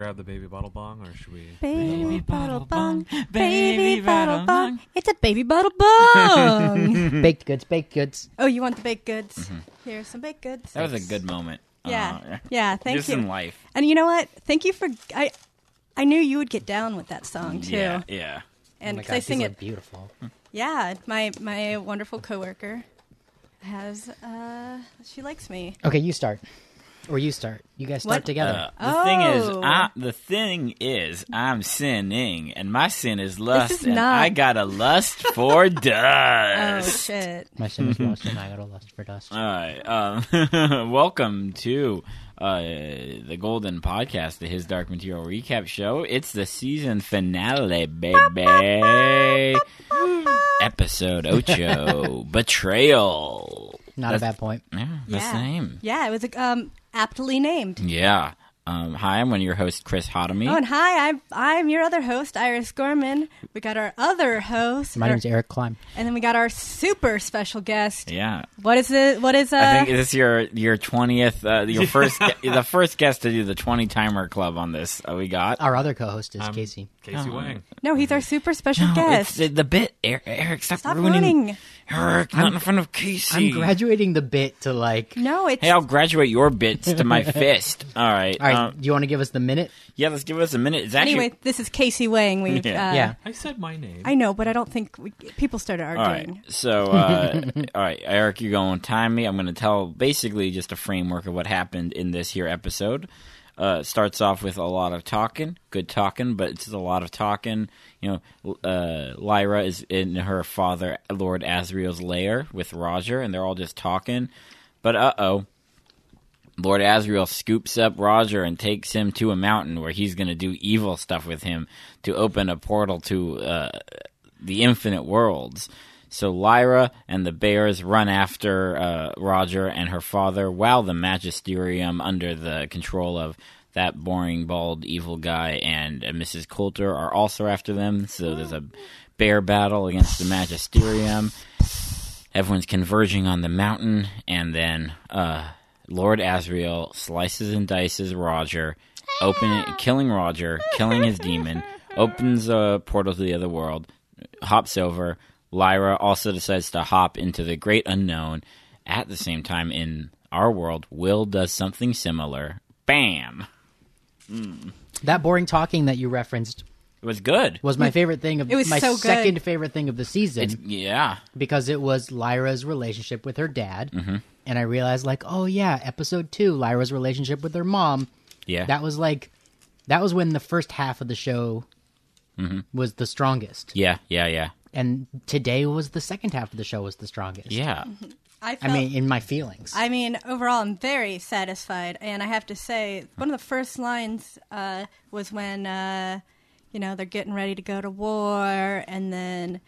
grab the baby bottle bong, or should we? Baby, Baby bottle bottle bong, bong, baby baby bottle bottle bong. It's a baby bottle bong. baked goods, baked goods. oh, you want the baked goods? Here's some baked goods. Mm-hmm. That was a Thanks. good moment. Yeah, Uh, yeah. Thank just you. in life. And you know what? Thank you for I. I knew you would get down with that song too, Yeah, yeah. and oh my 'cause God, I these sing look it. beautiful. Yeah, my my wonderful coworker has. uh She likes me. Okay, you start, or you start. You guys start What? together. Uh, the thing is, Oh. I, the thing is, I'm sinning, and my sin is lust, is and not- I got a lust for Oh dust. shit! My sin is lost, and I got a lust for Oh. dust. All right. Um, welcome to uh, the Golden Podcast, the His Dark Material Recap Show. It's the season finale, baby. Episode Ocho Betrayal. Not a bad point. Yeah, that's yeah. the name. Yeah, it was um aptly named. Yeah. Um, hi, I'm one of your hosts, Chris Hotomy. Oh, and hi, I'm I'm your other host, Iris Gorman. We got our other host, My our- name's Eric Klein. and then we got our super special guest. yeah. What is it? What is uh? I think this is your your twentieth, uh, your first, gu- the first guest to do the twenty timer club on this. Uh, we got Our other co-host is Um, I'm Casey. Uh-huh. Casey Wang. no, he's our super special No, it's guest. the, the bit. Eric, Eric stop, Stop ruining. ruining. Eric, not in front of Casey. I'm graduating the bit to like. No, it's hey, I'll graduate your bits to my fist. All right. All right, Uh, um, do you want to give us the minute? yeah, let's give us a minute. It's actually. anyway. This is Casey Wang. We Yeah. uh, yeah. I said my name. I know, but I don't think we, people started all right. arguing. So, uh, all right, Eric, you're going to time me. I'm going to tell basically just a framework of what happened in this here episode. Uh, starts off with a lot of talking, good talking, but it's a lot of talking. You know, uh, Lyra is in her father, Lord Asriel's lair with Roger, and they're all just talking. But uh oh, Lord Asriel scoops up Roger and takes him to a mountain where he's going to do evil stuff with him to open a portal to uh, the infinite worlds. So Lyra and the bears run after uh, Roger and her father while the Magisterium, under the control of that boring, bald, evil guy and uh, Mrs. Coulter, are also after them. So there's a bear battle against the Magisterium everyone's converging on the mountain, and then uh, Lord Asriel slices and dices Roger, open killing Roger, killing his demon, opens a portal to the other world, hops over. Lyra also decides to hop into the great unknown. At the same time, in our world, Will does something similar. Bam! That boring talking that you referenced It was good. was my favorite thing of It was my so good. second favorite thing of the season Yeah. because it was Lyra's relationship with her dad, Mm-hmm. and I realized like, oh yeah, episode two, Lyra's relationship with her mom. Yeah. That was like, that was when the first half of the show Mm-hmm. was the strongest, yeah, yeah, yeah. and today was the second half of the show was the strongest. Yeah. I, I felt, mean, in my feelings. I mean, overall, I'm very satisfied, and I have to say, one of the first lines uh, was when uh, you know they're getting ready to go to war, and then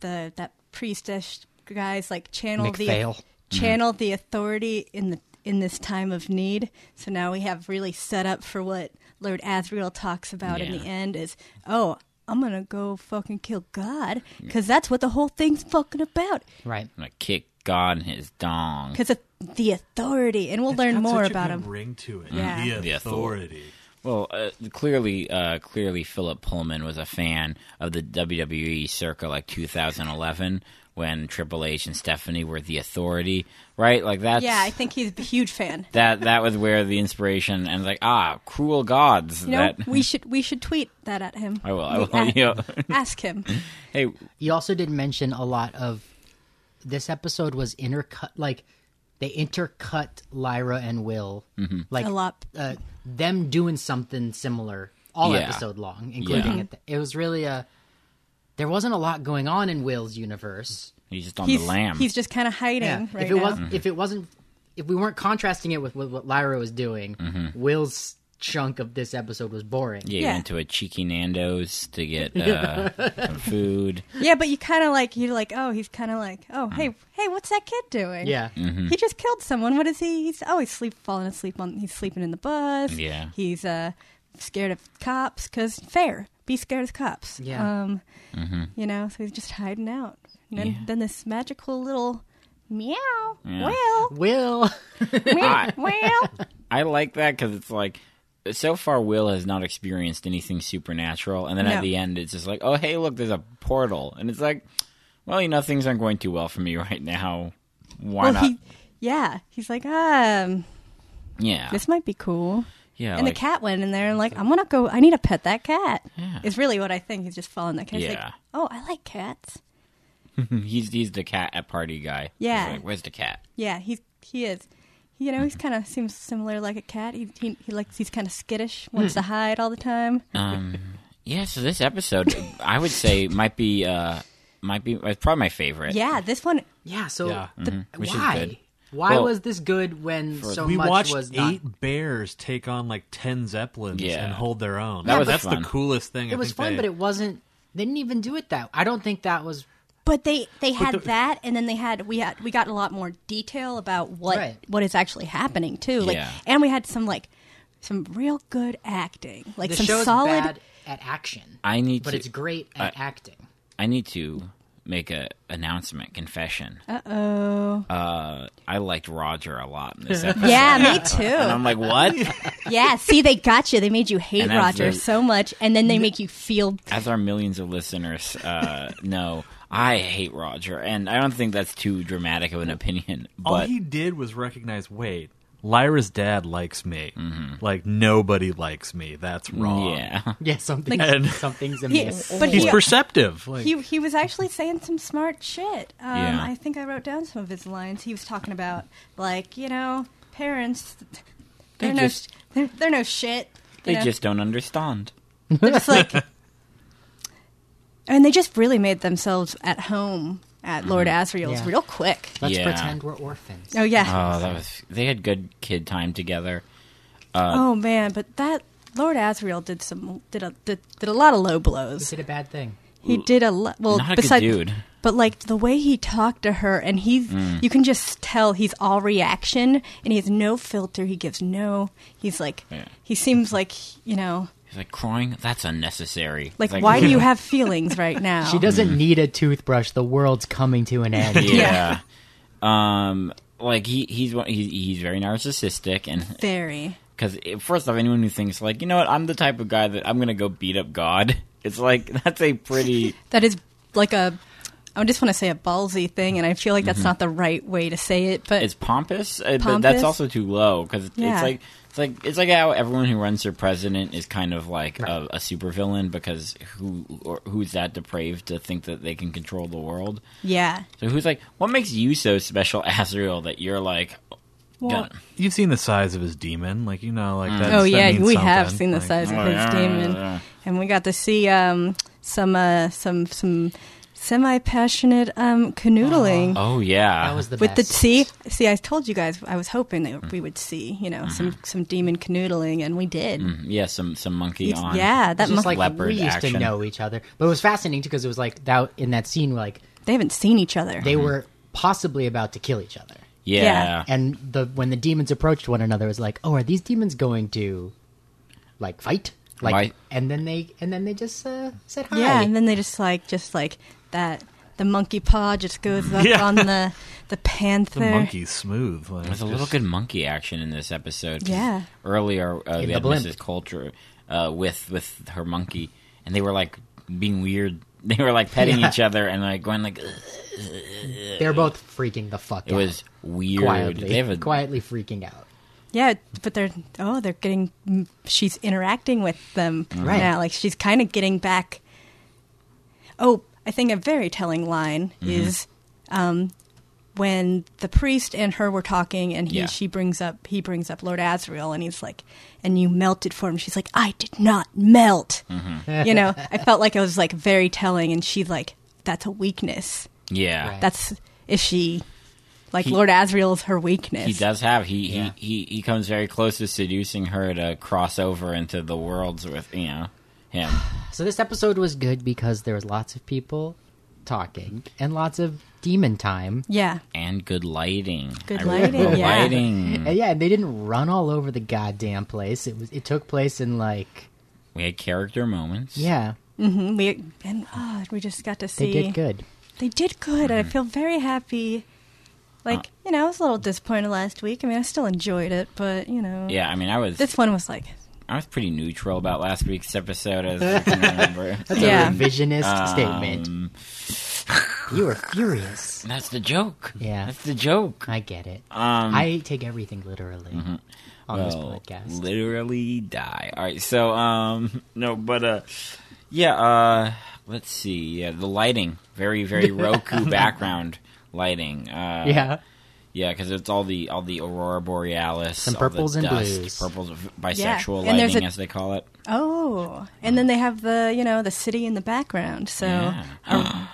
the that priestess guys like channel McPhail. the channel the authority in the in this time of need. So now we have really set up for what Lord Asriel talks about in Yeah. the end is oh. I'm gonna go fucking kill God because that's what the whole thing's fucking about right. I'm going to kick God in his dong. because of the authority, and we'll It's learn got more such a about good him. Ring to it. Yeah. The The authority. Well, uh, clearly, uh, clearly, Philip Pullman was a fan of the WWE circa like 2011 when Triple H and Stephanie were the authority, right? Like that's Yeah, I think he's a huge fan. that that was where the inspiration and like ah, cruel gods. You know, that we should we should tweet that at him. I will, I We will. a- yeah. ask him. hey, You also did mention a lot of this episode was intercut, like they intercut Lyra and Will, Mm-hmm. like A lot. uh, them doing something similar all Yeah. episode long, including Yeah. at the, it was really a. There wasn't a lot going on in Will's universe. he's just on He's the lamb. he's just kind of hiding right if now. it Mm-hmm. wasn't, if it wasn't, if we weren't contrasting it with, with what Lyra was doing, Mm-hmm. Will's chunk of this episode was boring. yeah. yeah, he went to a cheeky Nando's to get uh, some food. Mm. yeah, but you kind of like you're like, oh, he's kind of like, Mm. oh, hey, hey, what's that kid doing? Yeah. Mm-hmm. He just killed someone. What is he? He's oh, he's sleep, falling asleep on. He's sleeping in the bus. Yeah. He's uh scared of cops because fair. Be scared of cops. Yeah. Um, Mm-hmm. you know, so he's just hiding out. And then, then this magical little meow. Well, Will meow, I- well. I like that because it's like so far Will has not experienced anything supernatural, and then No. at the end it's just like, oh hey, look, there's a portal, and it's like, well, you know, things aren't going too well for me right now. Why well, not? he, yeah, he's like, um, yeah, this might be cool. yeah, and like, the cat went in there and like, I'm gonna go. I need to pet that cat. Yeah. Is really what I think. He's just following that cat. He's Yeah. like, oh, I like cats. he's he's the cat at party guy. Yeah. He's like, where's the cat? Yeah, he's he is. You know, he's kind of seems similar like a cat. He he, he likes he's kind of skittish, wants Hmm. to hide all the time. Yeah, so this episode, I would say, might be uh, might be it's probably my favorite. Yeah, this one. Yeah. So Yeah. Mm-hmm. Which is good. why? Why Well, was this good when so we much watched was eight not? bears take on like ten zeppelins Yeah. and hold their own. That was that's fun. the coolest thing. It was fun, but it wasn't. They didn't even do it that. I don't think that was But they they had the- that, and then they had we had we got a lot more detail about what Right. what is actually happening too. Like, Yeah. and we had some like some real good acting, like the some show's solid. bad at action, I need but to. it's great at acting. I need to make a announcement confession. Uh oh. Uh, I liked Roger a lot in this episode. Yeah, me And too. I'm like, what? Yeah, see, they got you. They made you hate And that's Roger the- so much, and then they make you feel. As our millions of listeners uh, know, I hate Roger, and I don't think that's too dramatic of an opinion. Oh, all But he did was recognize. Wait, Lyra's dad likes me. Like nobody likes me. That's wrong. Mm-hmm. yeah, Yeah, something. And- something's He- amiss. but He's he, perceptive. Like, he he was actually saying some smart shit. Um, Yeah. I think I wrote down some of his lines. He was talking about like you know parents. They're, They no just- they're, they're no shit. you they know? just don't understand. they're just like, and they just really made themselves at home at Lord Mm-hmm. Asriel's Yeah. real quick. Let's Yeah. pretend we're orphans. Oh yeah. Oh, that was they had good kid time together. oh man, but that Lord Asriel did some did a did, did a lot of low blows. Is it a bad thing? He did a lot. Well, Not a good besides, dude. Mm. but like the way he talked to her, and he's you can just tell he's all reaction, and he has no filter. He gives no. He's like Yeah. he seems like you know He's like crying. That's unnecessary. like, It's why do you have feelings right now? She doesn't Mm-hmm. need a toothbrush. The world's coming to an end. Yeah. um, like he he's one- he, he's very narcissistic, and Very. because first off, anyone who thinks like you know what, I'm the type of guy that I'm gonna go beat up God. It's like that's a pretty That is like a. I just want to say a ballsy thing, and I feel like that's Mm-hmm. not the right way to say it. But it's pompous, uh, but Pompous? that's also too low because Yeah. it's like it's like it's like how everyone who runs for president is kind of like a, a supervillain because who or who's that depraved to think that they can control the world? yeah, So who's like, what makes you so special, Azrael, that you're like, Well, You've seen the size of his demon, like you know, Mm. like that. oh yeah, that means we have something. seen the Like, size oh, of his yeah, demon, yeah. and we got to see um, some uh, some some semi-passionate um, canoodling. Uh-huh. oh yeah, That was the with the best. see, see, I told you guys I was hoping Mm. that we would see, you know, Mm-hmm. some some demon canoodling, and we did. Mm. yeah, some some monkey It's- on, yeah, that It's just must. like leopard we used to action. know each other, but it was fascinating too because it was like that in that scene, like they haven't seen each other. Mm-hmm. they were possibly about to kill each other. yeah. Yeah. and the when the demons approached one another it was like oh are these demons going to like fight like Right. and then they and then they just uh, said hi yeah, and then they just like just like that. The monkey paw just goes up Yeah. on the the panther. The monkey's smooth. Like, There's a little good monkey action in this episode. 'cause Yeah. Earlier, uh, we the had blimp. Mrs. Culture uh, with with her monkey, and they were like being weird. They were like petting Yeah. each other and like going like, "Ugh." they're both freaking the fuck it out was weird. quietly They have a- quietly freaking out Yeah, but they're oh, they're getting. She's interacting with them Mm-hmm. Right. now. Like she's kind of getting back. Oh, I think a very telling line Mm-hmm. is um, when the priest and her were talking, and he Yeah. she brings up he brings up Lord Asriel, and he's like, "And you melted for him." She's like, "I did not melt." Mm-hmm. You know, I felt like it was like very telling, and she like, "That's a weakness. yeah. Right. That's is she." Like He- Lord Asriel is her weakness. He does have he, Yeah. he he he comes very close to seducing her to cross over into the worlds with you know him. so this episode was good because there was lots of people talking and lots of demon time Yeah. and good lighting. Good I really lighting, love yeah. lighting. and yeah they didn't run all over the goddamn place it was it took place in like We had character moments. yeah And we and oh, we just got to they see did good They did good. Mm-hmm. I feel very happy. Uh, Like you know, I was a little disappointed last week. I mean, I still enjoyed it, but you know, yeah. I mean, I was This one was like, I was pretty neutral about last week's episode, as you can remember. That's Yeah. a revisionist Um, statement. You were furious. That's the joke. Yeah. That's the joke. I get it. Um, mm-hmm. I take everything literally on this Well, podcast. Literally die. All right, so um no, but uh yeah, uh let's see. Yeah, the lighting, very very Roku background lighting. Uh yeah. Yeah, cuz it's all the all the aurora borealis, Some all the purples and dust, blues. purples bisexual and there's lighting a- as they call it. Oh, and then they have the you know the city in the background. So Yeah.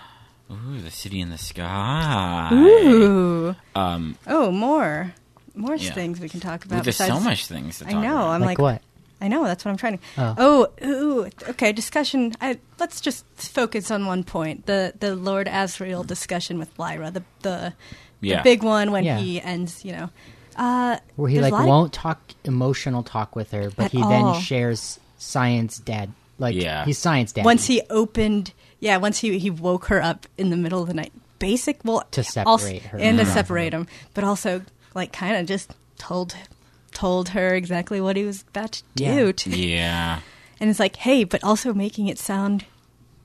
Ooh, the city in the sky. ooh, Um oh, more, more Yeah. things we can talk ooh, about. there's so besides- much things to I talk know. about. I'm like, Like, what? I know. That's what I'm trying to. Oh. Oh, ooh, okay. Discussion. I, let's just focus on one point: the the Lord Asriel discussion with Lyra, the the, Yeah. the big one when Yeah. he ends. You know, uh, Where he there's a like lot of- won't talk emotional talk with her, but At he all. then shares science dad. Like Yeah. he's science dad. once he opened. Yeah, once he he woke her up in the middle of the night. Basic. Well, To als- separate her and to from separate him, but also like kind of just told told her exactly what he was about to Yeah. do. To, Yeah. And it's like, hey, but also making it sound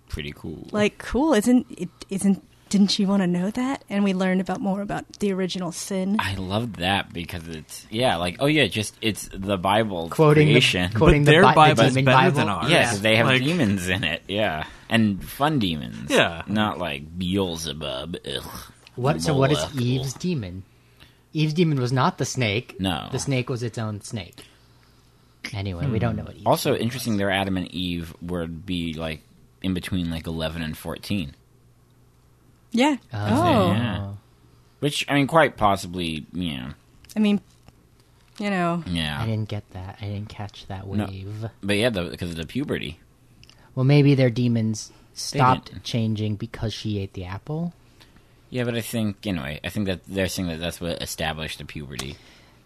Pretty cool. like cool isn't it isn't didn't you want to know that and we learned about more about the original sin I loved that because it's yeah, like oh yeah, just it's the Bible quoting creation. the, quoting But their the, Bi- the Bible's demon better Bible. than ours. yeah, 'cause they have Like- demons in it. Yeah, and fun demons. Yeah. not like Beelzebub. Ugh. What? So what is Moloch. Eve's demon? Eve's demon was not the snake. No. the snake was its own snake. Anyway, we don't know what. Eve's Hmm. Also demon interesting. was. Their Adam and Eve would be like in between like eleven and fourteen, yeah Oh. oh Yeah. which I mean, quite possibly, you know, i mean you know yeah. I didn't get that. I didn't catch that wave. But yeah, because of the puberty. Well, maybe their demons didn't. stopped changing because she ate the apple. Yeah, but I think anyway, I think that they're saying that that's what established the puberty.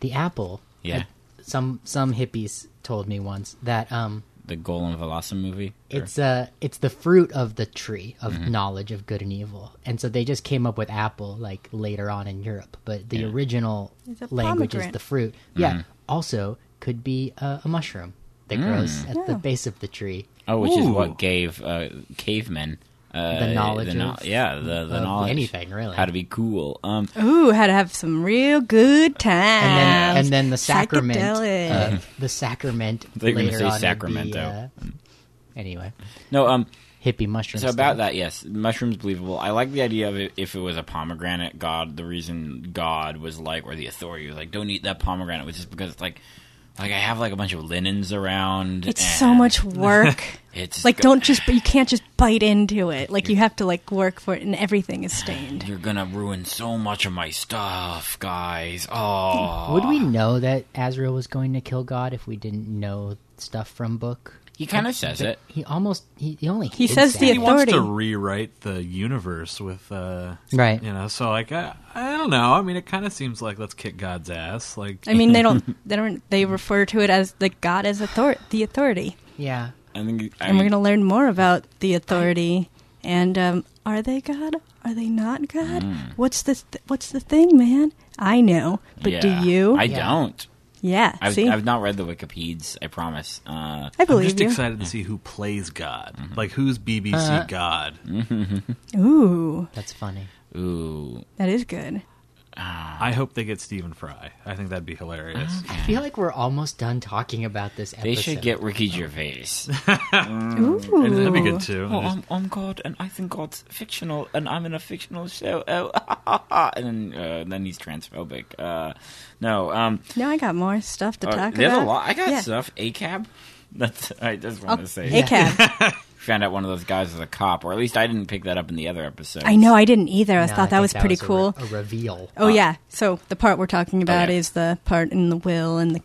The apple. Yeah. like, some some hippies told me once that um The Golem Velocim movie. Or- it's uh it's the fruit of the tree of Mm-hmm. knowledge of good and evil, and so they just came up with apple like later on in Europe, but the original It's a language is pomegranate. the fruit. Mm-hmm. Yeah, also could be uh, a mushroom that Mm. grows at the Yeah. base of the tree. Oh, which is Ooh. what gave uh, cavemen uh, The knowledge of- yeah, the, the of knowledge, anything, really. how to be cool. Um, ooh how to have some real good times Mm. and then and then the sacrament, Psychedelic. uh, the sacrament They're gonna later say on would be, Sacramento. uh, anyway, no, um, hippie mushroom. so about stuff. that, yes, mushrooms believable. I like the idea of it if it was a pomegranate god. The reason God was like, or the authority was like, don't eat that pomegranate, was just because it's like, like I have like a bunch of linens around. it's and so much work It's like go- don't just you can't just bite into it like you have to like work for it and everything is stained You're gonna ruin so much of my stuff, guys. Oh, Would we know that Azrael was going to kill God if we didn't know stuff from book? he kind of says it. He almost he, he only He hid says the that. he wants to authority. rewrite the universe with uh Right. you know so like i, I don't know i mean it kind of seems like let's kick god's ass like i mean they don't they don't they refer to it as the god as author- the authority yeah. I think, I and we're mean, going to learn more about the authority and um, are they god are they not god Hmm. what's the th- what's the thing man i know but do yeah. you I Yeah. don't. yeah I've, see I've not read the Wikipeds, I promise. Uh, i i'm believe just you excited to see who plays god like who's bbc Uh, god ooh That's funny. ooh. that is good i hope they get stephen fry i think that'd be hilarious I feel like we're almost done talking about this episode. They should get Ricky Gervais. ooh And that'd be good too oh, Just- I'm, I'm God, and I think God's fictional, and I'm in a fictional show. Oh, and then, uh, then he's transphobic. Uh, no, um, now i got more stuff to uh, talk there's about a lot. I got yeah. Oh, stuff. ACAB. That's. I just I'll- want to say. Yeah. ACAB. Found out one of those guys was a cop, or at least I didn't pick that up in the other episode. I know I didn't either. I No, thought that think was pretty a re- cool. a reveal. oh yeah. So the part we're talking about Uh, oh, yeah. is the part in the will and the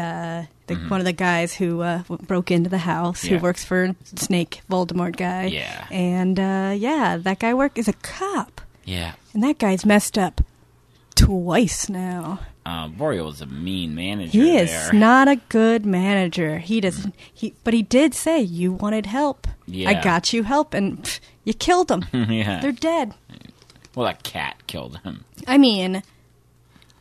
uh, the one of the guys who uh, w- broke into the house who Mm-hmm. Yeah. works for Snake Voldemort guy. Yeah. And uh, yeah, that guy work is a cop, Yeah. and that guy's messed up twice now. Uh, Boreal is a mean manager. He is there. not a good manager. He doesn't. He but he did say you wanted help. Mm. Yeah. I got you help, and pff, you killed them. yeah. They're dead. Well, a cat killed him. I mean,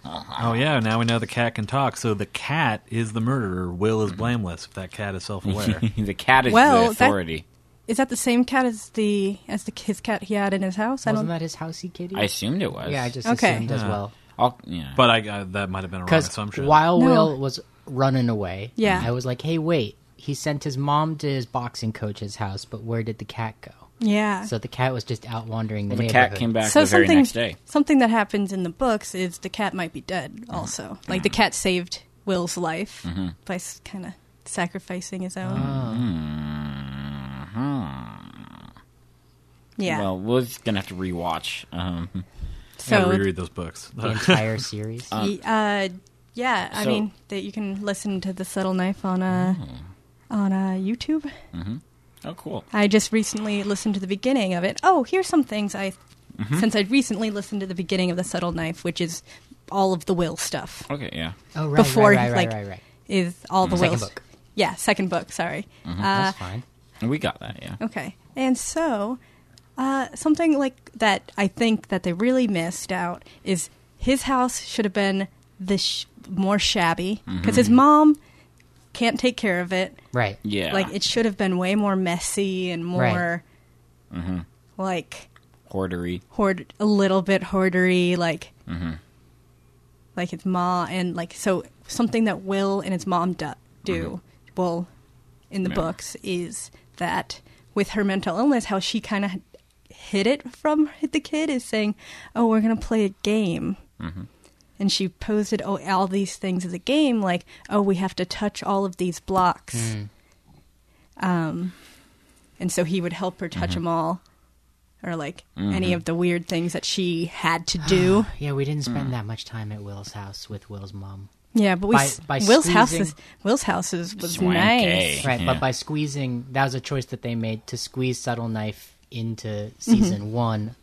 Oh yeah, now we know the cat can talk. So the cat is the murderer. Will is blameless if that cat is self-aware. the cat is Well, the that- authority. Is that the same cat as the as the his cat he had in his house? I Wasn't don't. that his housey kitty? I assumed it was. yeah, I just Okay. assumed as Yeah. well. I'll, yeah. but I, I that might have been a wrong Because assumption. while No. Will was running away, Yeah. I was like, hey, wait. He sent his mom to his boxing coach's house, but where did the cat go? yeah. So the cat was just out wandering the the neighborhood. cat came back so the very something next day. something that happens in the books is the cat might be dead. Also, like the cat saved Will's life Mm-hmm. by kind of sacrificing his own. Yeah. Mm-hmm. Well, we're just gonna have to rewatch. Um, I gotta so reread those books. The entire series. Y- uh, yeah, I So- Mm. mean that you can listen to the subtle knife on uh, on uh, YouTube. oh, cool. I just recently listened to the beginning of it. Oh, here's some things I Mm-hmm. since I recently listened to the beginning of the subtle knife, which is all of the will stuff. Okay, yeah. oh, right, before right, he, right, right, like- right, right. Is all the Second wills. book. Mm-hmm. Yeah, second book. Sorry. Uh, That's fine. We got that. Yeah. Okay. And so, uh, something like that I think that they really missed out is his house should have been the sh- more shabby because Mm-hmm. his mom can't take care of it. Right. Yeah. Like it should have been way more messy and more like hoardery. hoard a little bit hoardery like like his mom and like so something that will and his mom do, do well in the Yeah. books is that with her mental illness how she kind of hid it from the kid is saying oh we're going to play a game and she posted oh, all these things as a game like oh we have to touch all of these blocks um, and so he would help her touch them all or like any of the weird things that she had to do Yeah, we didn't Hmm. spend that much time at Will's house with Will's mom. yeah but we By- s- by will's house squeezing- is will's house is, was Swanky. nice Right, Yeah. but by squeezing, that was a choice that they made to squeeze Subtle Knife into Mm-hmm. season one.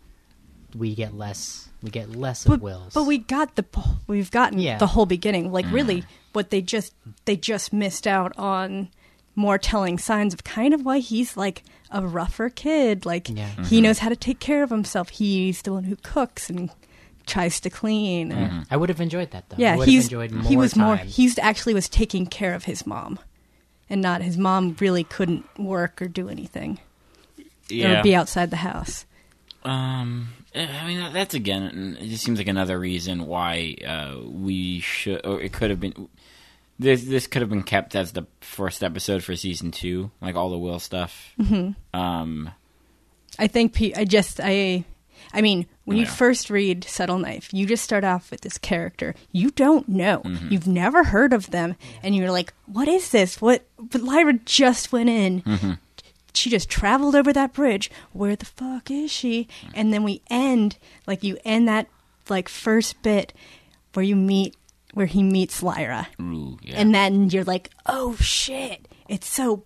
We get less. We get less of but, Will's. but we got the p- we've gotten Yeah. the whole beginning like really what they just they just missed out on more telling signs of kind of why he's like a rougher kid like Yeah. he knows how to take care of himself he's the one who cooks and tries to clean and I would have enjoyed that though. I yeah would he's have enjoyed more he was more time. he's actually was taking care of his mom and not his mom really couldn't work or do anything Yeah. or be outside the house Um, eh, I mean, that- that's again, it just seems like another reason why uh, we should, or it could have been, this this could have been kept as the first episode for season two, like all the Will stuff. Mm-hmm. Um, I think pe- I just I I mean when you Yeah. first read Subtle Knife, you just start off with this character you don't know, Mm-hmm. you've never heard of them, and you're like, "What is this? What?" But Lyra just went in. Mm-hmm. She just traveled over that bridge. Where the fuck is she? And then we end like you end that like first bit where you meet where he meets Lyra, ooh, yeah. Mm-hmm. and then you're like, "Oh shit!" It's so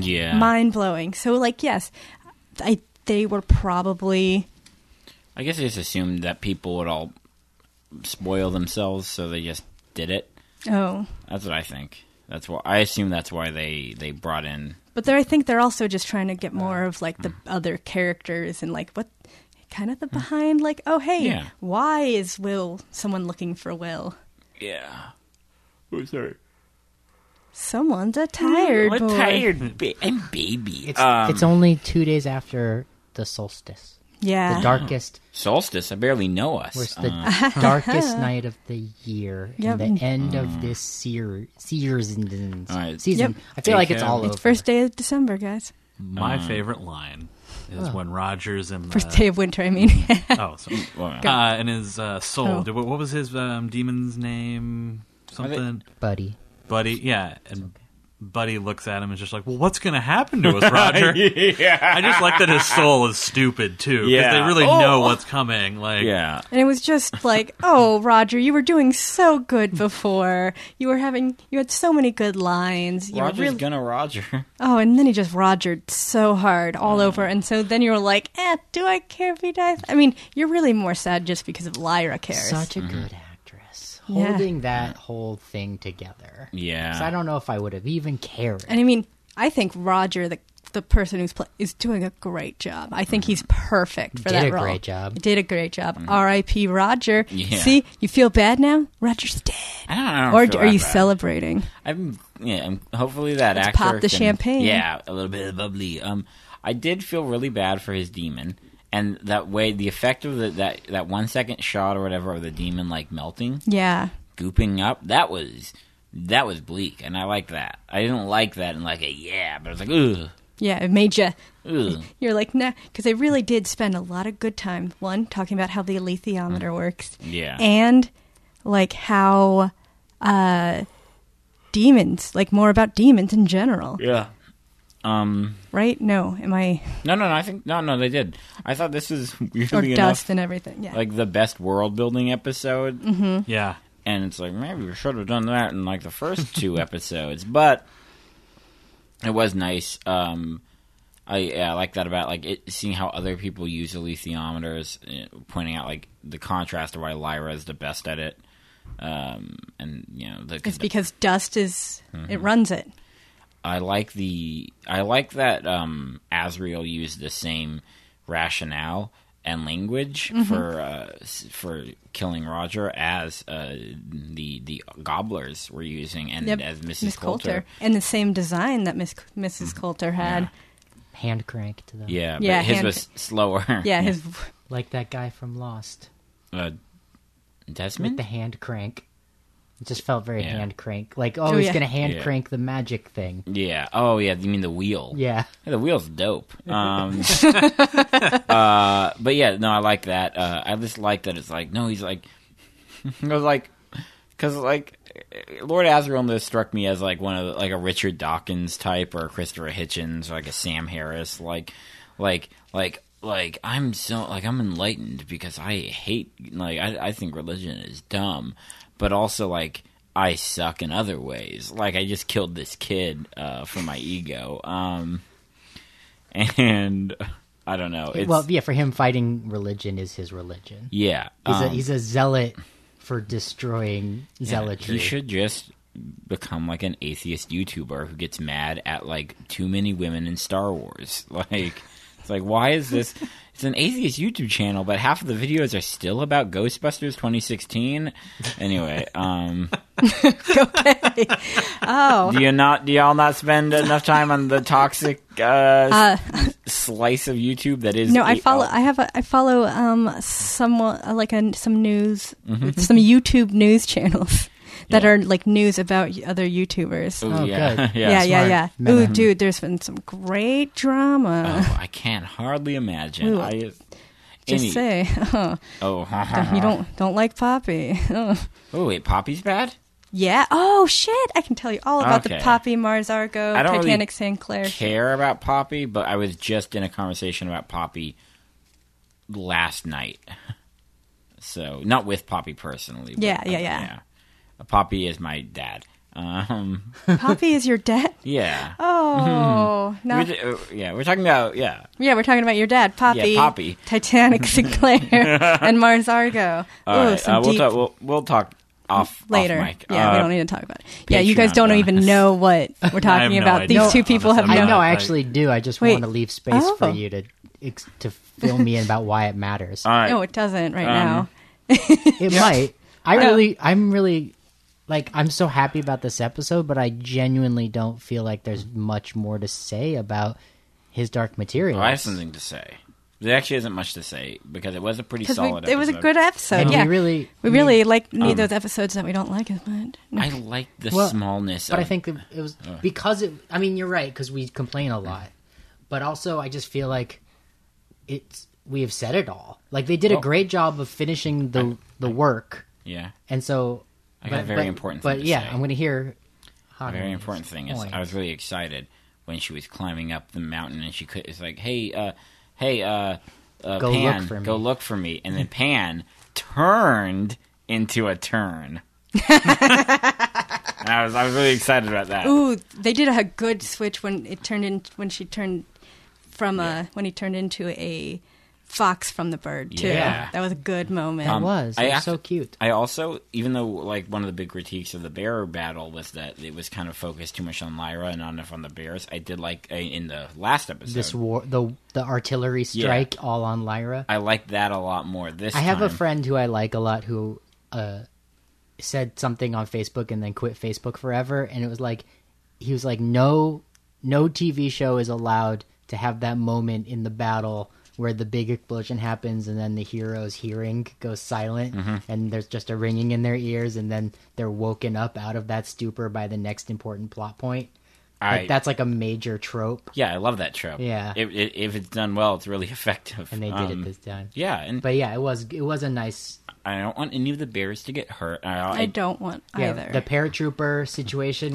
yeah. mind blowing. So like yes, I they were probably I guess I just assumed that people would all spoil themselves, so they just did it. oh, That's what I think. That's why I assume that's why they they brought in. but they're I think they're also just trying to get more of like the Mm. other characters and like what kind of the behind like oh hey Yeah. why is Will someone looking for Will? Yeah. Oh, sorry. Someone's a tired I'm boy. tired ba- I'm baby. It's, Um, it's only two days after the solstice, Yeah. the darkest, solstice. I barely know us. Um, was the Uh-huh. darkest night of the year, Yep. and the end of this seer, season. Mm. All right. Season. Yep. I feel like Take it's care. all it's over. first day of December, guys. My favorite line is when Rogers and uh, Uh. First the, day of winter, I mean. oh, sorry. Well, uh, and his uh, soul. Oh. Did- What, what was his um, demon's name? Something. buddy. Buddy. Yeah, and Buddy looks at him and is just like, "Well, what's going to happen to us, Roger?" I just like that his soul is stupid too, because they Yeah. really Oh. know what's coming. Like, Yeah. And it was just like, oh, Roger, you were doing so good before. You were having, you had so many good lines. You Roger's were really, gonna Roger. Oh, and then he just rogered so hard all over, and so then you were like, "Eh, do I care if he dies?" I mean, you're really more sad just because of Lyra cares. Such a Mm-hmm. good actress. Yeah. Holding that whole thing together. Yeah. 'Cause I don't know if I would have even cared. and I mean, I think Roger the the person who's play- is doing a great job. I think he's perfect for Did that a role. great job. Did a great job. R.I.P. Roger. Yeah. See, you feel bad now. Roger's dead. I don't, I don't or feel are that you bad. celebrating? I'm yeah. I'm, hopefully that Let's actor pop the can- champagne. Yeah, a little bit of bubbly. Um, I did feel really bad for his demon, and that way the effect of the, that that one second shot or whatever of the demon like melting, Yeah. gooping up. That was that was bleak, and I like that. I didn't like that in like a yeah, but I was like ugh. Yeah, it made you. Ugh. You're like, nah, because they really did spend a lot of good time. One, talking about how the alethiometer works. Mm. Yeah. And, like, how uh, demons, like, more about demons in general, Yeah. Um. right? No, am I. No. No. No. I think no. No. They did. I thought this is Or weirdly dust enough and everything. Yeah. like the best world building episode. Yeah. and it's like maybe we should have done that in like the first two episodes but it was nice um i yeah, i like that about like it, seeing how other people use the alethiometers eh, pointing out like the contrast of why lyra is the best at it um and you know the, it's because dust is. Mm-hmm. It runs it. i like the i like that um asriel used the same rationale and language Mm-hmm. for uh, s- for killing Roger as uh, the the gobblers were using and Yep. as Mrs. Miss Coulter. And the same design that Miss, missus Coulter had. Mm-hmm. Hand crank to them. Yeah, Yeah, but his hand- was slower. Yeah, his. Like that guy from Lost. uh, With Desmond. Hmm? the hand crank. It just felt very Yeah. hand crank. Like, oh, Oh, he's yeah. gonna hand Yeah. crank the magic thing. yeah. Oh, yeah. You mean the wheel? Yeah. Yeah, the wheel's dope. Um, uh, but yeah, no, I like that. Uh, I just like that it's like, no, he's like, I was like, because like Lord Asriel this struck me as like one of the, like a Richard Dawkins type or a Christopher Hitchens or like a Sam Harris, like, like, like. Like I'm so like I'm enlightened because I hate like I, I think religion is dumb, but also like I suck in other ways. Like I just killed this kid uh, for my ego. Um, and I don't know. It's, well, yeah, for him, fighting religion is his religion. yeah, He's, a, um, he's a zealot for destroying He zealotry. should just become like an atheist YouTuber who gets mad at like too many women in Star Wars. Like, it's like why is this? It's an atheist YouTube channel, but half of the videos are still about Ghostbusters 2016. Anyway, um, Oh. do you not? Do y'all not spend enough time on the toxic uh, s- slice of YouTube that is? No, I a- follow. I have. A, I follow um someone uh, like a, some news, some YouTube news channels that Mm-hmm. Yeah. are like news about y- other YouTubers. Ooh, Oh, yeah, good. yeah. yeah, yeah, smart. yeah. Meta. Ooh, dude, there's been some great drama. Oh, I can't hardly imagine. Ooh, I Just any- say, oh, Oh, you don't don't like Poppy. Oh. Oh wait, Poppy's bad. Yeah. Oh shit! I can tell you all about Okay. the Poppy Mars Argo I don't really Titanic St. Clair. Care about Poppy, but I was just in a conversation about Poppy last night. So not with Poppy personally. but, Yeah, yeah, uh, yeah. Poppy is my dad. Um, Poppy is your dad. yeah. Oh, no. We're, ju- uh, yeah, we're talking about yeah. Yeah, we're talking about your dad, Poppy. Yeah, Poppy. Titanic Sinclair and Mars Argo. All right, Ooh, Oh, some uh, we'll deep talk. We'll, we'll talk off off later. mic. Yeah, we Uh, don't need to talk about it. Yeah, you guys Patreon don't bonus. even know what we're talking no about. idea. These No, two people have honestly, I I'm no. not. know. I like- actually do. I just Wait. want to leave space for Oh. you to ex- to fill me in about why it matters. All right. Um, No, it doesn't right now. it might. I really, I'm really, like, I'm so happy about this episode, but I genuinely don't feel like there's much more to say about his dark material. Oh, I have something to say. There actually isn't much to say because it was a pretty Because solid. it was a episode. Mm. Um, good episode. And yeah, we really, we really like need those episodes that we don't like as much. I like the Well, smallness. but of I think it it was because it. I mean, you're right because we complain a lot, but also I just feel like it's we have said it all. Like they did a Well- great job of finishing the the work, yeah. and so. I got a very important But thing to yeah, say. I'm going to hear. A very Hanuman's important thing is point. I was really excited when she was climbing up the mountain and she could. It's like, hey, uh, hey, uh, uh, Go look Pan, for me. go look for me. And then Pan turned into a turn. and I was I was really excited about that. Ooh, they did a uh, good switch when it turned in when she turned from a when he turned into a Fox from the bird too. Yeah. That was a good moment. It was. um, I It was act- so cute. I also, even though like one of the big critiques of the bear battle was that it was kind of focused too much on Lyra and not enough on the bears. I did like I- in the last episode. This war, the the artillery strike all on Lyra. I liked that a lot more. This I have a time. friend who I like a lot who uh, said something on Facebook and then quit Facebook forever, and it was like he was like, "No, no TV show is allowed to have that moment in the battle where the big explosion happens and then the hero's hearing goes silent Mm-hmm. and there's just a ringing in their ears and then they're woken up out of that stupor by the next important plot point." Like I- that's like a major trope, Yeah, I love that trope. Yeah. It, it, if it's done well, it's really effective. and they did Um, it this time. Yeah, and But yeah, it was it was a nice I don't want any of the bears to get hurt. I, I don't want yeah, either. the paratrooper situation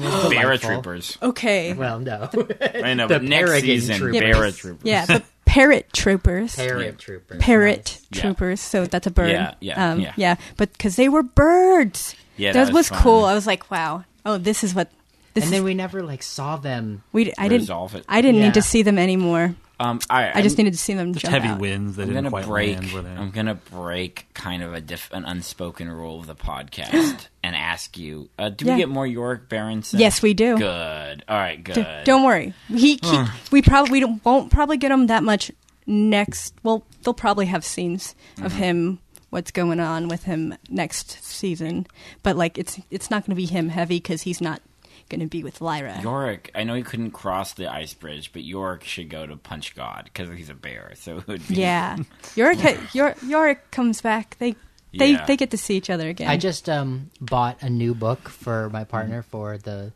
was delightful. paratroopers. okay. Well, no. I know, The but next paragon season, troopers. Yeah, but- paratroopers. Yeah, the parrot troopers. Paratrooper. parrot Yeah. troopers. So that's a bird. Yeah, yeah, um, yeah. But because they were birds, Yeah, that, that was, was fun. cool. I was like, wow. Oh, this is what this And is. then we never like saw them. we, I didn't. Resolve it. I didn't Yeah. need to see them anymore. Um, all right, I just I'm- needed to see them Just jump heavy out. winds that I'm didn't gonna quite break. land with it. I'm gonna break kind of a diff, an unspoken rule of the podcast and ask you: uh, Do Yeah. we get more York Berenson? Yes, we do. Good. All right, good. D- Don't worry. He, he we probably we don't, won't probably get him that much next. Well, they'll probably have scenes of Mm-hmm. him. What's going on with him next season? But like, it's it's not going to be him heavy because he's not going to be with Lyra. Yorick, I know he couldn't cross the ice bridge, but Yorick should go to Punch God because he's a bear. So it would be Yeah, Yorick, Yor, Yorick comes back. They they Yeah. they get to see each other again. I just um bought a new book for my partner for the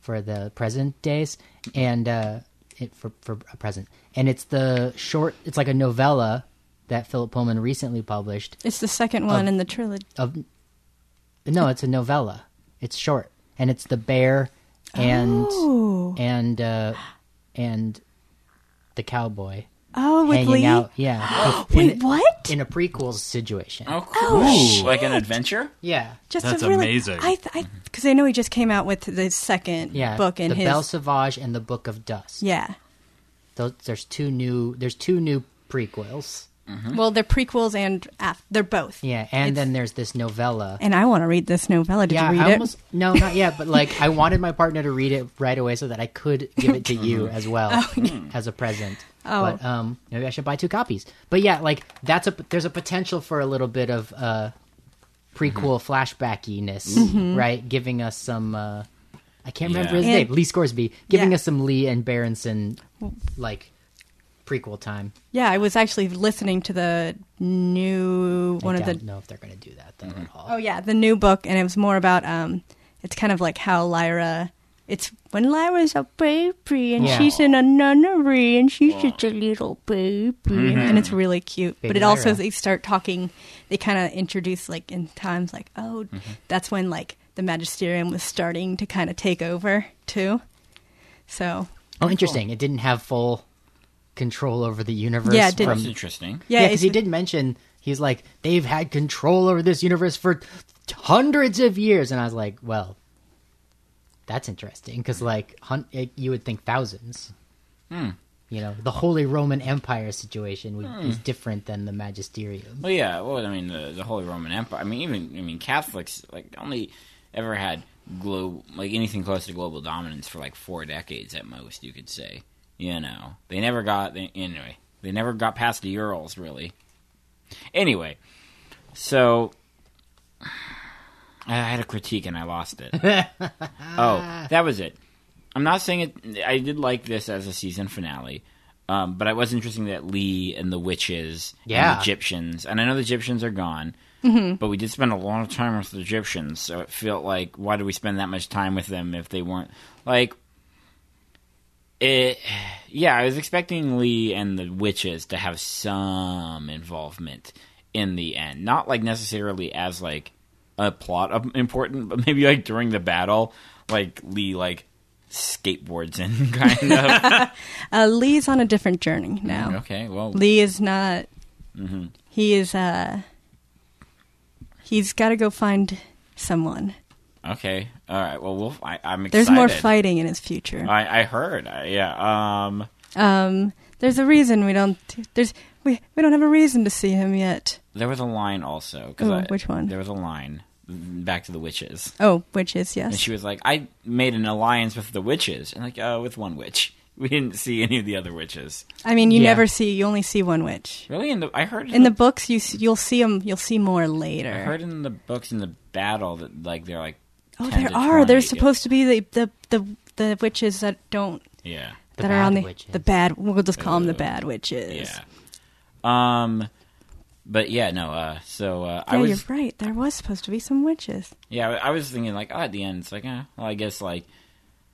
for the present days and uh it, for for a present. And it's the short it's like a novella that Philip Pullman recently published. it's the second one in the trilogy. Of No, it's a novella. It's short and it's the bear and Oh, and uh and the cowboy oh, with hanging Lee. out. Yeah. in- Wait, what? in a prequels situation. Oh, cool! like an adventure. Yeah. Just That's a really, amazing. Mm-hmm. I because I, 'cause I know he just came out with the second Yeah. book in the his. Belle Sauvage and the Book of Dust. yeah. Those, there's two new there's two new prequels. Well, they're prequels and af- they're both. Yeah, and then there's this novella. And I want to read this novella. Did yeah, you read I it? almost no, not yet, but like I wanted my partner to read it right away so that I could give it to you as well as a present. Oh. But um maybe I should buy two copies. But yeah, like that's a there's a potential for a little bit of uh prequel Mm-hmm. flashbackiness, right? Giving us some uh I can't remember Yeah. his And- name, Lee Scoresby, giving Yeah. us some Lee and Berenson like prequel time. yeah, I was actually listening to the new one I of the don't know if they're going to do that though at all. Oh yeah, the new book, and it was more about um, it's kind of like how Lyra. It's when Lyra's a baby and Yeah. she's in a nunnery and she's just a little baby, and it's really cute. but Mm-hmm. Baby it also Lyra. they start talking. They kind of introduce like in times like oh, Mm-hmm. that's when like the magisterium was starting to kind of take over too. So Oh, interesting. It didn't have full control over the universe. Yeah, it didn't. That's From, interesting. yeah, yeah, it's- because he did mention he's like they've had control over this universe for hundreds of years, and I was like, well, that's interesting because like hun- it, you would think thousands. Hmm. You know, the Holy Roman Empire situation would, is Hmm. different than the magisterium. Well, yeah. Well, I mean, the, the Holy Roman Empire. I mean, even I mean, Catholics like only ever had global like anything close to global dominance for like four decades at most. You could say, you know, they never got they, anyway. They never got past the Urals, really. Anyway, so I had a critique and I lost it. oh, that was it. I'm not saying it. I did like this as a season finale, um, but I was interested that Lee and the witches, and Yeah. the Egyptians, and I know the Egyptians are gone, but we did spend a lot of time with the Egyptians, so it felt like why did we spend that much time with them if they weren't like it? Yeah, I was expecting Lee and the witches to have some involvement in the end, not like necessarily as like a plot of important, but maybe like during the battle, like Lee like skateboards in kind of. uh, Lee's on a different journey now. okay, well, Lee is not. Mm-hmm. He is. uh He's got to go find someone. okay, all right, well, we'll I, I'm excited. There's more fighting in his future. I, I heard, I, yeah. Um, Um, there's a reason we don't. There's we we don't have a reason to see him yet. There was a line also. 'cause Ooh, I- which one? There was a line back to the witches. Oh, which is yes. And she was like, I made an alliance with the witches. And like, uh, with one witch. We didn't see any of the other witches. I mean, you Yeah. never see. You only see one witch. Really? In the, I heard In the books, you s- you'll see them. You'll see more later. I heard in the books in the battle that like they're like oh, 10 there to are. There's 20. supposed to be the the the, the witches that don't yeah The that are on bad the witches. the bad. We'll just call them the Uh, bad witches. yeah um but yeah no uh so uh, I Yeah, was you're right. There was supposed to be some witches. Yeah, I I was thinking like, oh, at the end, it's like, eh, well, I guess like,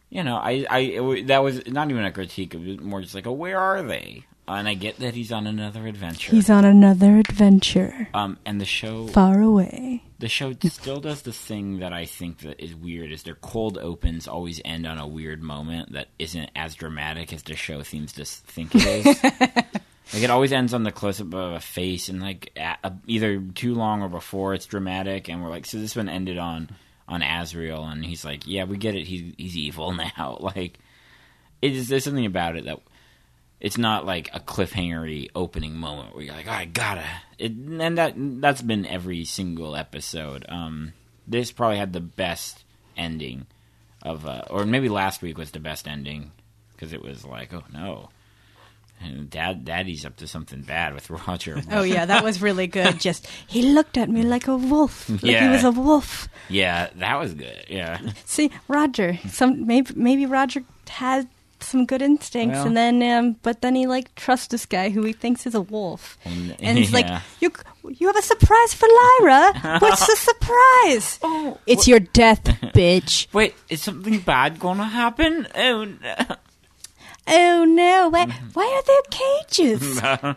you know, I, I, it wa- that was not even a critique. It was more just like, oh, where are they? And I get that he's on another adventure. He's on another adventure um, and the show, far away. the show still does the thing that I think that is weird is their cold opens always end on a weird moment that isn't as dramatic as the show seems to s- think it is. like it always ends on the close up of a face and like a, a- either too long or before it's dramatic and we're like so this one ended on on Azrael and he's like yeah we get it he's he's evil now like it is there's something about it that it's not like a cliffhangery opening moment where you're like, I gotta. It, and that that's been every single episode. Um, this probably had the best ending of, uh, or maybe last week was the best ending because it was like, oh no, and Dad, Daddy's up to something bad with Roger. Oh yeah, that was really good. Just he looked at me like a wolf. Like Yeah. he was a wolf. yeah, that was good. Yeah, See, Roger. Some maybe maybe Roger had some good instincts, and then um, but then he like trusts this guy who he thinks is a wolf, And- and, he's like, Mm, yeah. "You you have a surprise for Lyra? What's the surprise? Oh, it's your death, bitch. wait, is something bad gonna happen? Oh, no. Oh no! Why Mm-hmm. why are there cages?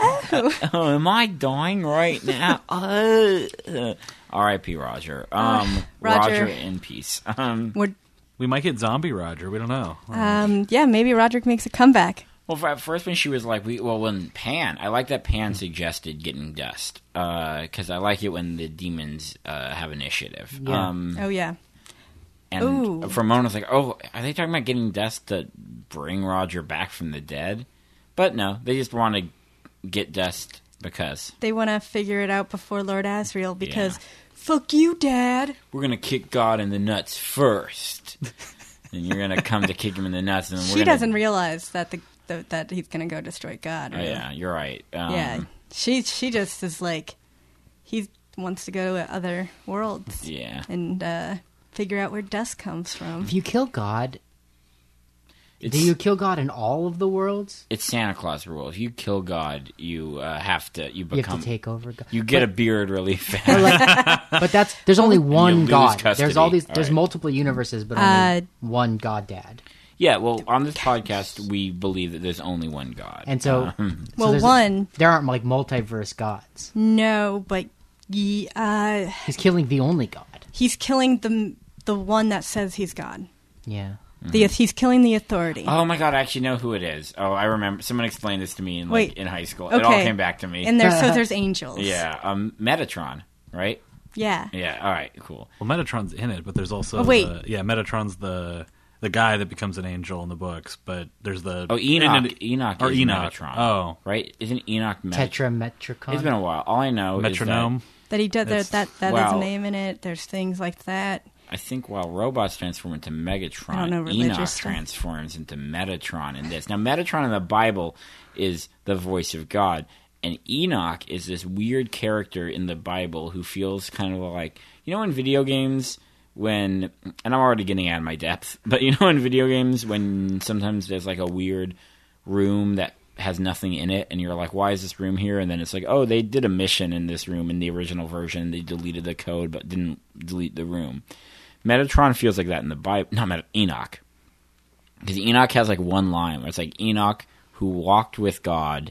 oh, oh, am I dying right now? Uh, uh. R.I.P. Roger. Um, Roger. Roger. in peace. Um, We're- We might get zombie Roger. We don't know. um, yeah, maybe Roger makes a comeback. well, for- at first when she was like, "We well, when Pan," I like that Pan suggested getting dust because I like it when the demons uh, have initiative. Yeah. Um, Oh yeah. and Ooh. for a moment, I was like, "Oh, are they talking about getting dust to bring Roger back from the dead?" But no, they just want to get dust because They want to figure it out before Lord Asriel because fuck you, Dad. we're gonna kick God in the nuts first. And you're gonna come to kick him in the nuts, and then we're she gonna doesn't realize that the, the that he's gonna go destroy God. Oh, really. yeah, you're right. Um, yeah. She she just is like he wants to go to other worlds yeah. and uh, figure out where dust comes from. If you kill God, It's, do you kill God in all of the worlds? it's Santa Claus rule. If you kill God, you uh, have to. You You have become. to take over God. you get a beard really fast. Or like, but that's there's only one lose God. custody. There's all these. All there's right. multiple universes, but Uh, only one God Dad. yeah. Well, on this podcast, we believe that there's only one God. And so, Uh-huh. so well, there's- one there aren't like multiverse gods. no, but ye, uh, He's killing the only God. he's killing the the one that says he's God. Yeah. The he's killing the authority. Mm-hmm. oh my God! I actually know who it is. Oh, I remember. Someone explained this to me in like Wait. in high school. It all came back to me. And there's so there's angels. yeah. Um, Metatron. Right. Yeah. Yeah. All right. Cool. Well, Metatron's in it, but there's also Oh, wait. the- yeah, Metatron's the the guy that becomes an angel in the books, but there's the Oh, Enoch. and it- Enoch or is Enoch. Metatron. Oh, Right. Isn't Enoch Metatron? Tetrametricon. It's been a while. All I know is that- metronome. That he does That's- that that that is wow. a name in it. There's things like that. I think while robots transform into Megatron, I don't know religious Enoch stuff. transforms into Metatron in this. Now, Metatron in the Bible is the voice of God, and Enoch is this weird character in the Bible who feels kind of like you know in video games when and I'm already getting out of my depth, but you know in video games when sometimes there's like a weird room that has nothing in it and you're like why is this room here and then it's like oh they did a mission in this room in the original version they deleted the code but didn't delete the room Metatron feels like that in the Bible. Not Met- Enoch, because Enoch has like one line where it's like Enoch who walked with God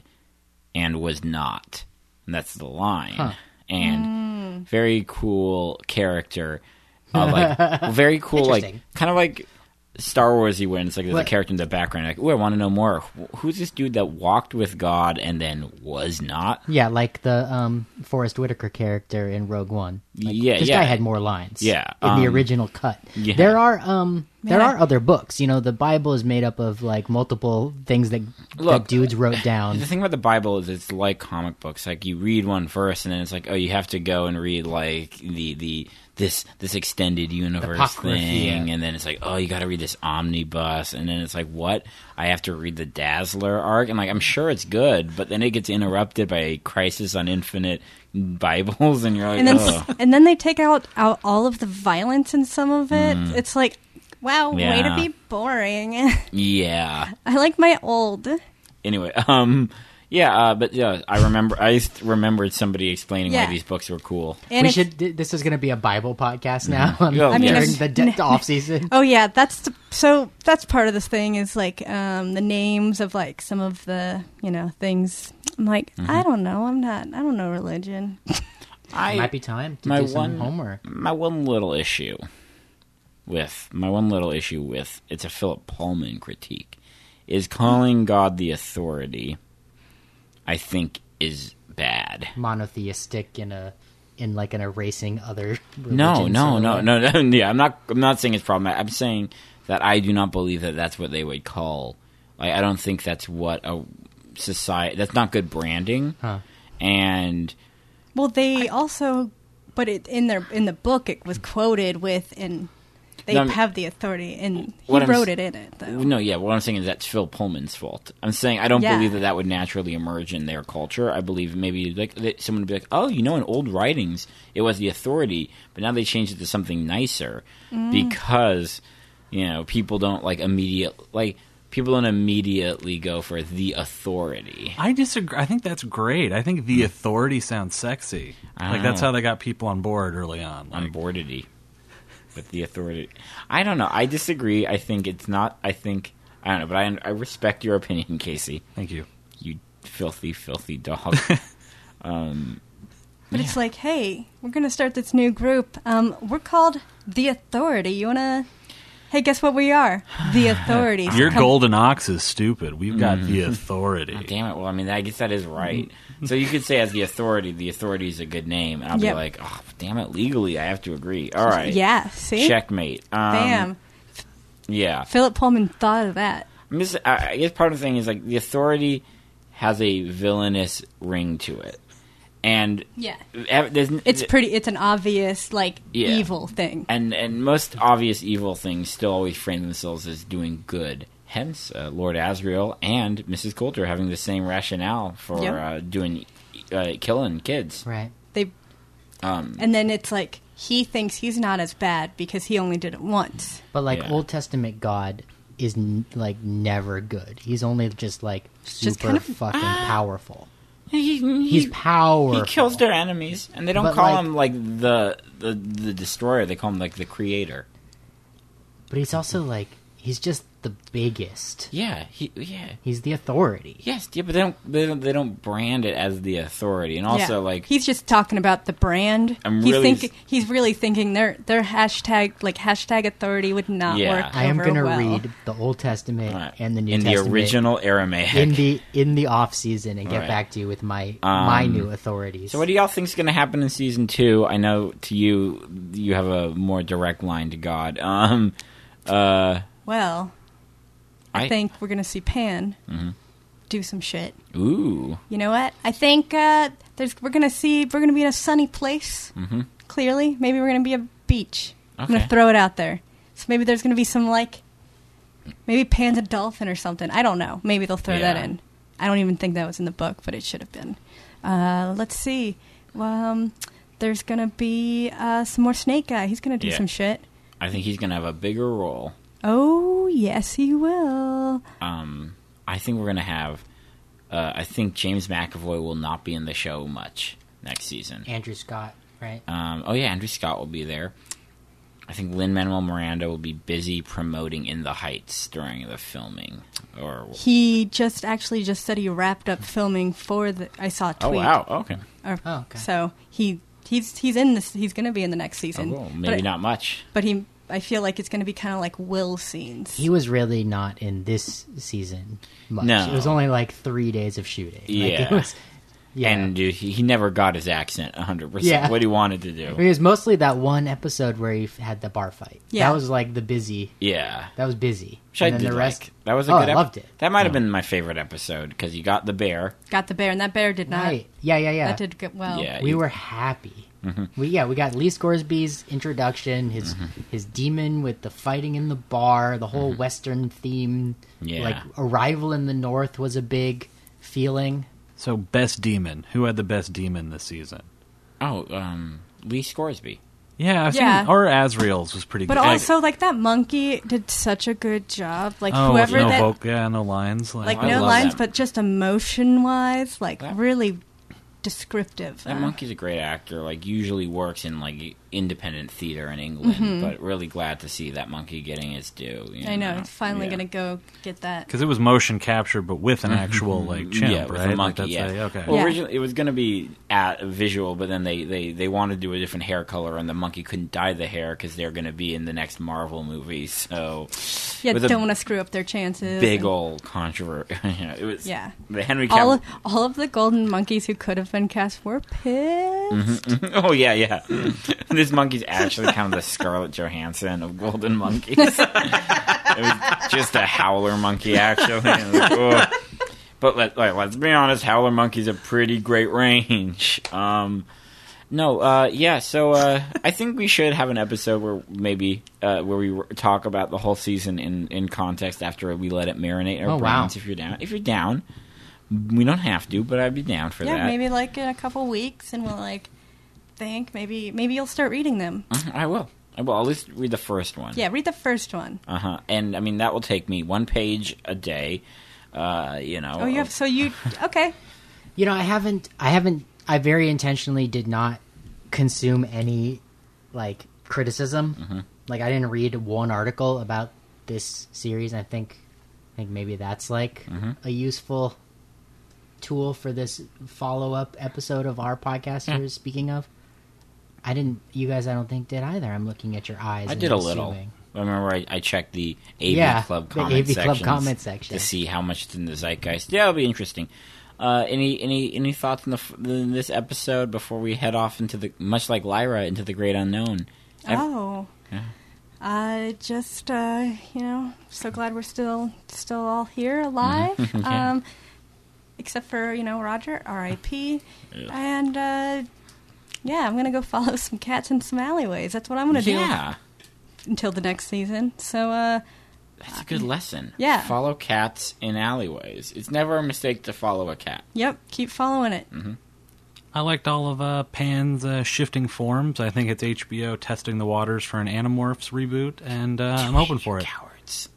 and was not, and that's the line. Huh. And very cool character, uh, like very cool, like Interesting. kind of like Star Wars he wins like there's What? a character in the background like, "Ooh, I want to know more. Wh- Who's this dude that walked with God and then was not?" Yeah, like the um, Forrest Whitaker character in Rogue One. Like, Yeah, this yeah. guy had more lines. Yeah, in the um, original cut. yeah. There are um, there Man, I- are other books. You know, the Bible is made up of like multiple things that Look, that dudes wrote down. The thing about the Bible is it's like comic books. Like you read one verse and then it's like, "Oh, you have to go and read like the the this this extended universe Apocrypha. thing." And then it's like, "Oh, you got to read this omnibus." And then it's like, "What? I have to read the Dazzler arc." And like, I'm sure it's good, but then it gets interrupted by a crisis on infinite Bibles and you're like, and then "Oh." and then they take out, out all of the violence in some of it. It's like, wow, way to Yeah. be boring. Yeah. I like my old. anyway, um, yeah, uh, but yeah, I remember. I just remembered somebody explaining Yeah. why these books were cool. And we it's- should. th- This is going to be a Bible podcast now. Oh, I I mean, mean, during it's- the d- off season. Oh yeah, that's the, so. That's part of this thing is like um, the names of like some of the you know things. I'm like, I don't know. I'm not. I don't know religion. I Might be time to my do some one- homework. my one little issue with my one little issue with it's a Philip Pullman critique is calling God the authority. I think is bad. Monotheistic in a in like an erasing other. No, religions no, or no, no, whatever. no. Yeah, I'm not. I'm not saying it's problematic. I'm saying that I do not believe that that's what they would call. Like, I don't think that's what a society. That's not good branding. Huh. And Well, they also, but it in their in the book it was quoted with and they No, I'm- have the authority and he What I'm wrote s- it in it though. no, yeah. What I'm saying is that's Phil Pullman's fault. I'm saying I don't Yeah. believe that that would naturally emerge in their culture. I believe maybe like that someone would be like, "Oh, you know, in old writings it was the authority, but now they changed it to something nicer because you know people don't like immediate like." People don't immediately go for the authority. I disagree. I think that's great. I think the authority sounds sexy. Like that's Oh. how they got people on board early on. Like, on boardity with the authority. I don't know. I disagree. I think it's not. I think I don't know, but I I respect your opinion, Casey. thank you. You filthy, filthy dog. But it's like, hey, we're gonna start this new group. Um, we're called the Authority. You wanna? Hey, guess what we are? The Authority. So Your come- golden ox is stupid. We've got Mm. the authority. Damn it. Well, I mean, I guess that is right. So you could say as the authority, the authority is a good name, and I'll Yep. be like, oh, damn it, legally I have to agree. All right. Yeah. See. Checkmate. Um, Damn. Yeah. Philip Pullman thought of that. I'm just, I I guess part of the thing is like the authority has a villainous ring to it, and Yeah. ev- there's, n- It's pretty. It's an obvious like Yeah. evil thing. and and most obvious evil things still always frame themselves as doing good. Hence, uh, Lord Asriel and Mrs. Coulter having the same rationale for Yep. uh, doing uh, killing kids. Right. They. Um, And then it's like he thinks he's not as bad because he only did it once. But like Yeah. Old Testament God is n- like never good. He's only just like super Just kind of- fucking powerful. He, he, He's powerful. he kills their enemies, and they don't But, call like- him like the, the the destroyer. They call him like the creator. but he's also like he's just the biggest. Yeah, he yeah. He's the authority. Yes, yeah, but they don't, they don't they don't brand it as the authority, and also Yeah. like he's just talking about the brand. I'm he's really- think- he's really thinking their their hashtag like hashtag authority would not Yeah. work. I am going to gonna read the Old Testament Alright. and the New uh, in Testament the original Aramaic. in the in the off season and get Alright. back to you with my Um, my new authorities. so, what do y'all think's going to happen in season two? I know to you, you have a more direct line to God. Um, uh, Well, I, I- Mm-hmm. think we're going to see Pan do some shit. ooh, You know what? I think uh, there's we're going to see we're going to be in a sunny place. Mhm. Clearly, maybe we're going to be a beach. I'm going to Okay. throw it out there. So maybe there's going to be some like maybe Pan's a dolphin or something. I don't know. Maybe they'll throw Yeah. that in. I don't even think that was in the book, but it should have been. Uh, let's see. Um, there's going to be uh, some more Snake Guy. He's going to do Yeah. some shit. I think he's going to have a bigger role. Oh, yes, he will. Um, I think we're going to have. Uh, I think James McAvoy will not be in the show much next season. Andrew Scott, right? Um, oh yeah, Andrew Scott will be there. I think Lin Manuel Miranda will be busy promoting In the Heights during the filming. Or He just actually just said he wrapped up filming for the. I saw a oh tweet. wow, okay, Or- Oh, okay. So he he's he's in this. He's going to be in the next oh, season. cool. maybe but, not much. But he I feel like it's going to be kind of like Will scenes. He was really not in this season much. No. It was only like three days of shooting. Like, Yeah. it was, yeah. And dude, he, he never got his accent 100%. Yeah. What he wanted to I mean, do. it was mostly that one episode where he f- had the bar fight. Yeah. That was like the busy. Yeah. That was busy. Which I and did then the rest. like. That was a Oh, good I ep- loved it. That might have been my favorite episode because you got the bear. Got the bear, and that bear did not. Right. Yeah, yeah, yeah. That did get well. Yeah. we you- Mm-hmm. were happy. We yeah, we got Lee Scoresby's introduction, his his demon with the fighting in the bar, the whole western theme. Mm-hmm. Yeah. Like arrival in the north was a big feeling. So best demon. Who had the best demon this season? Oh, um, Lee Scoresby. Yeah, I've Yeah. seen or Azrael's was pretty But good. also, like that monkey did such a good job. Like oh, whoever no that, voc- yeah, no lines. Like, like I no love lines, that. but just emotion wise, like That- really descriptive. That Uh, monkey's a great actor. Like usually works in like independent theater in England, but really glad to see that monkey getting his due. you Mm-hmm. I know. It's finally Yeah. going to go get that. because it was motion capture, but with an actual like chimp, yeah, with right? a Like, monkey. that's yeah. a- okay. Well, Yeah. originally it was going to be at visual, but then they, they, they wanted to do a different hair color, and the monkey couldn't dye the hair because they're going to be in the next Marvel movie. So Yeah, with a don't want to screw up their chances. big and- old controversy. it was Yeah. The Henry all Cavill. of, all of the golden monkeys who could have been cast were pissed. oh yeah, yeah. this monkey's actually kind of the Scarlett Johansson of golden monkeys. it was just a howler monkey, actually. It was like, "Ugh." But let, like, let's be honest, howler monkeys a pretty great range. Um, no, uh, yeah. So uh, I think we should have an episode where maybe uh, where we r- talk about the whole season in, in context after we let it marinate our Oh, wow. brains. If you're down, if you're down, we don't have to, but I'd be down for Yeah, that. maybe like in a couple weeks, and we'll like think maybe maybe you'll start reading them. I will. I will. At least read the first one. Yeah, read the first one. Uh huh. And I mean that will take me one page a day. Uh, you know. Oh, you have so you okay? You know, I haven't I haven't I very intentionally did not consume any like criticism. Mm-hmm. Like I didn't read one article about this series. I think I think maybe that's like Mm-hmm. a useful tool for this follow-up episode of our podcast here speaking of. I didn't you guys I don't think did either. I'm looking at your eyes. I and did a little. assuming. I remember I, I checked the AV Yeah, Club the comment AV Club sections comment section. to see how much it's in the zeitgeist. Yeah, it'll be interesting. Uh, any any any thoughts on the f- in this episode before we head off into the much like Lyra into the great unknown? Ev- Oh, I just uh, you know so glad we're still still all here alive. Mm-hmm. um, except for you know Roger, R.I.P. And uh, yeah, I'm gonna go follow some cats in some alleyways. That's what I'm gonna yeah, do until the next season. So uh, that's a good lesson. Yeah. follow cats in alleyways. It's never a mistake to follow a cat. yep, keep following it. I liked all of uh, Pan's uh, shifting forms. I think it's HBO testing the waters for an Animorphs reboot, and uh, I'm open for it. Cowards.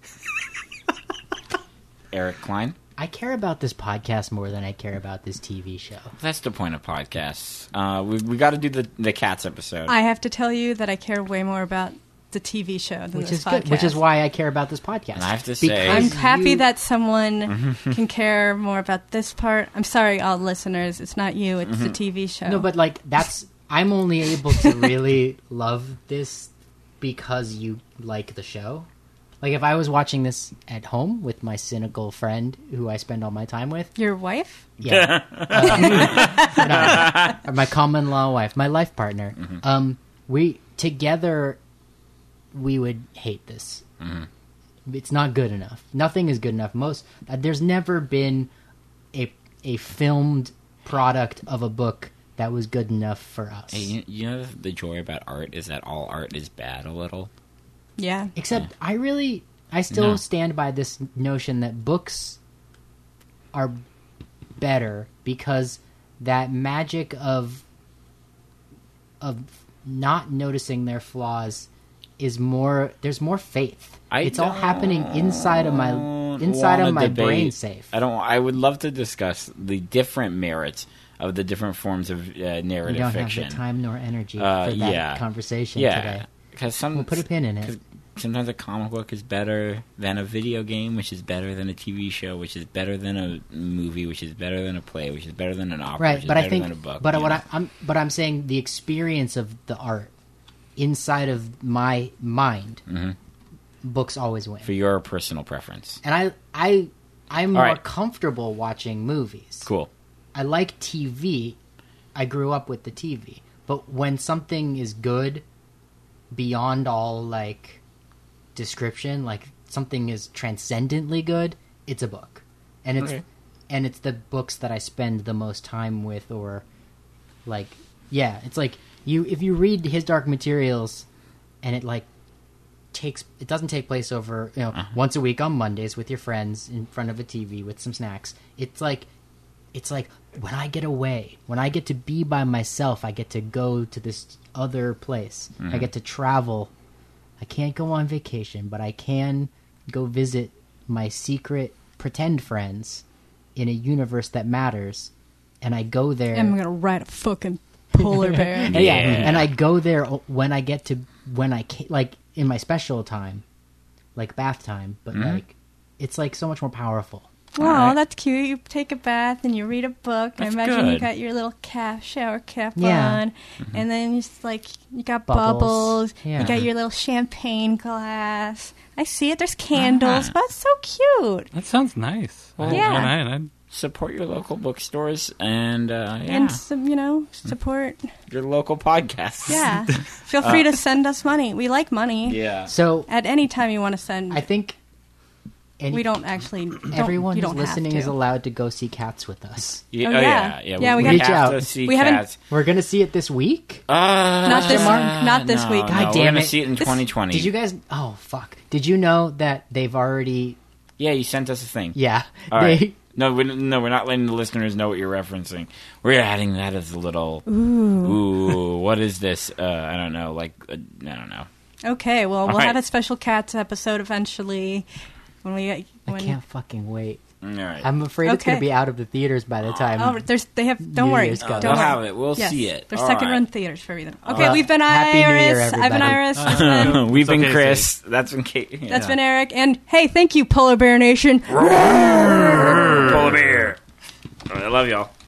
Eric Klein. I care about this podcast more than I care about this TV show. That's the point of podcasts. Uh, we we got to do the the cats episode. I have to tell you that I care way more about the TV show than Which this is podcast. good, which is why I care about this podcast. And I have to say- I'm Because happy you- Mm-hmm. that someone can care more about this part. I'm sorry, all listeners. It's not you. It's the TV show. Mm-hmm. No, but like that's I'm only able to really love this because you like the show. Like if I was watching this at home with my cynical friend who I spend all my time with, your wife? yeah, Uh, no, my common law wife, my life partner, Mm-hmm. um, we together we would hate this. Mm-hmm. It's not good enough. Nothing is good enough. Most uh, there's never been a a filmed product of a book that was good enough for us. Hey, you, you know the joy about art is that all art is bad a little. Yeah. Except I really I still No. stand by this notion that books are better because that magic of of not noticing their flaws is more there's more faith. I it's all happening inside of my don't inside wanna of my debate- brain safe. I don't. I would love to discuss the different merits of the different forms of uh, We narrative don't fiction. have the time nor energy Uh, for that yeah. conversation yeah, today. because some We'll put a pin in it. 'cause sometimes a comic book is better than a video game, which is better than a TV show, which is better than a movie, which is better than a play, which is better than an opera, which right is but better i than a think book. but you what know? I, i'm but i'm saying the experience of the art inside of my mind, Mm-hmm. books always win. for your personal preference. And I I I'm All more right. comfortable watching movies. Cool. I like TV. I grew up with the TV. But when something is good beyond all like description, like something is transcendently good, it's a book. And it's Okay. and it's the books that I spend the most time with or like yeah, it's like you if you read His Dark Materials and it like takes it doesn't take place over you know once a week on Mondays with your friends in front of a TV with some snacks. It's like it's like when I get away, when I get to be by myself, I get to go to this other place. I get to travel. I can't go on vacation, but I can go visit my secret pretend friends in a universe that matters. And I go there I'm gonna ride a fucking polar bear. and yeah. Yeah. and I go there o- when I get to when I ca- like in my special time, like bath time. But Mm-hmm. like, it's like so much more powerful. Wow, that's cute. You take a bath and you read a book. I That's imagine you good. got your little cap, shower cap Yeah. Mm-hmm. on, and then you just like you got Bubbles. bubbles. Yeah. You got your little champagne glass. I see it. Uh-huh. There's candles. But it's so cute. That sounds nice. Yeah. I- I- Support your local bookstores and uh, yeah, And some, you know, support. your local podcasts. Yeah. Feel free Uh, to send us money. We like money. yeah. So At any time you want to send. I think, and we don't actually. Don't, everyone you who's don't have listening to. is allowed to go see cats with us. Yeah, Oh, oh, yeah, yeah. yeah. Yeah, we gotta- have Reach to out. see We haven't- cats. We're gonna see it this week. Uh, Not this- not this no, week. no, God we're damn gonna it. see it in This- 2020. Did you guys? Oh fuck! Did you know that they've already? Yeah, you sent us a thing. Yeah, All they right. No, we're, no, we're not letting the listeners know what you're referencing. We're adding that as a little. Ooh, what is this? Uh, I don't know. Like, uh, I don't know. Okay, well, we'll right. have a special cats episode eventually. When we. When, I can't fucking wait. All right. I'm afraid it's gonna Okay. be out of the theaters by the time. Oh, there's they have. Don't New worry. Year's Don't goes. We'll worry. have it. We'll Yes, see it. There's All second right. run theaters for everything. Okay, Uh, we've been Happy New Year, Iris. I've been everybody. Iris. That's been, We've been okay, Chris. That's been Kate. that's been Eric. And hey, thank you, Polar Bear Nation. Pull a beer. I love y'all.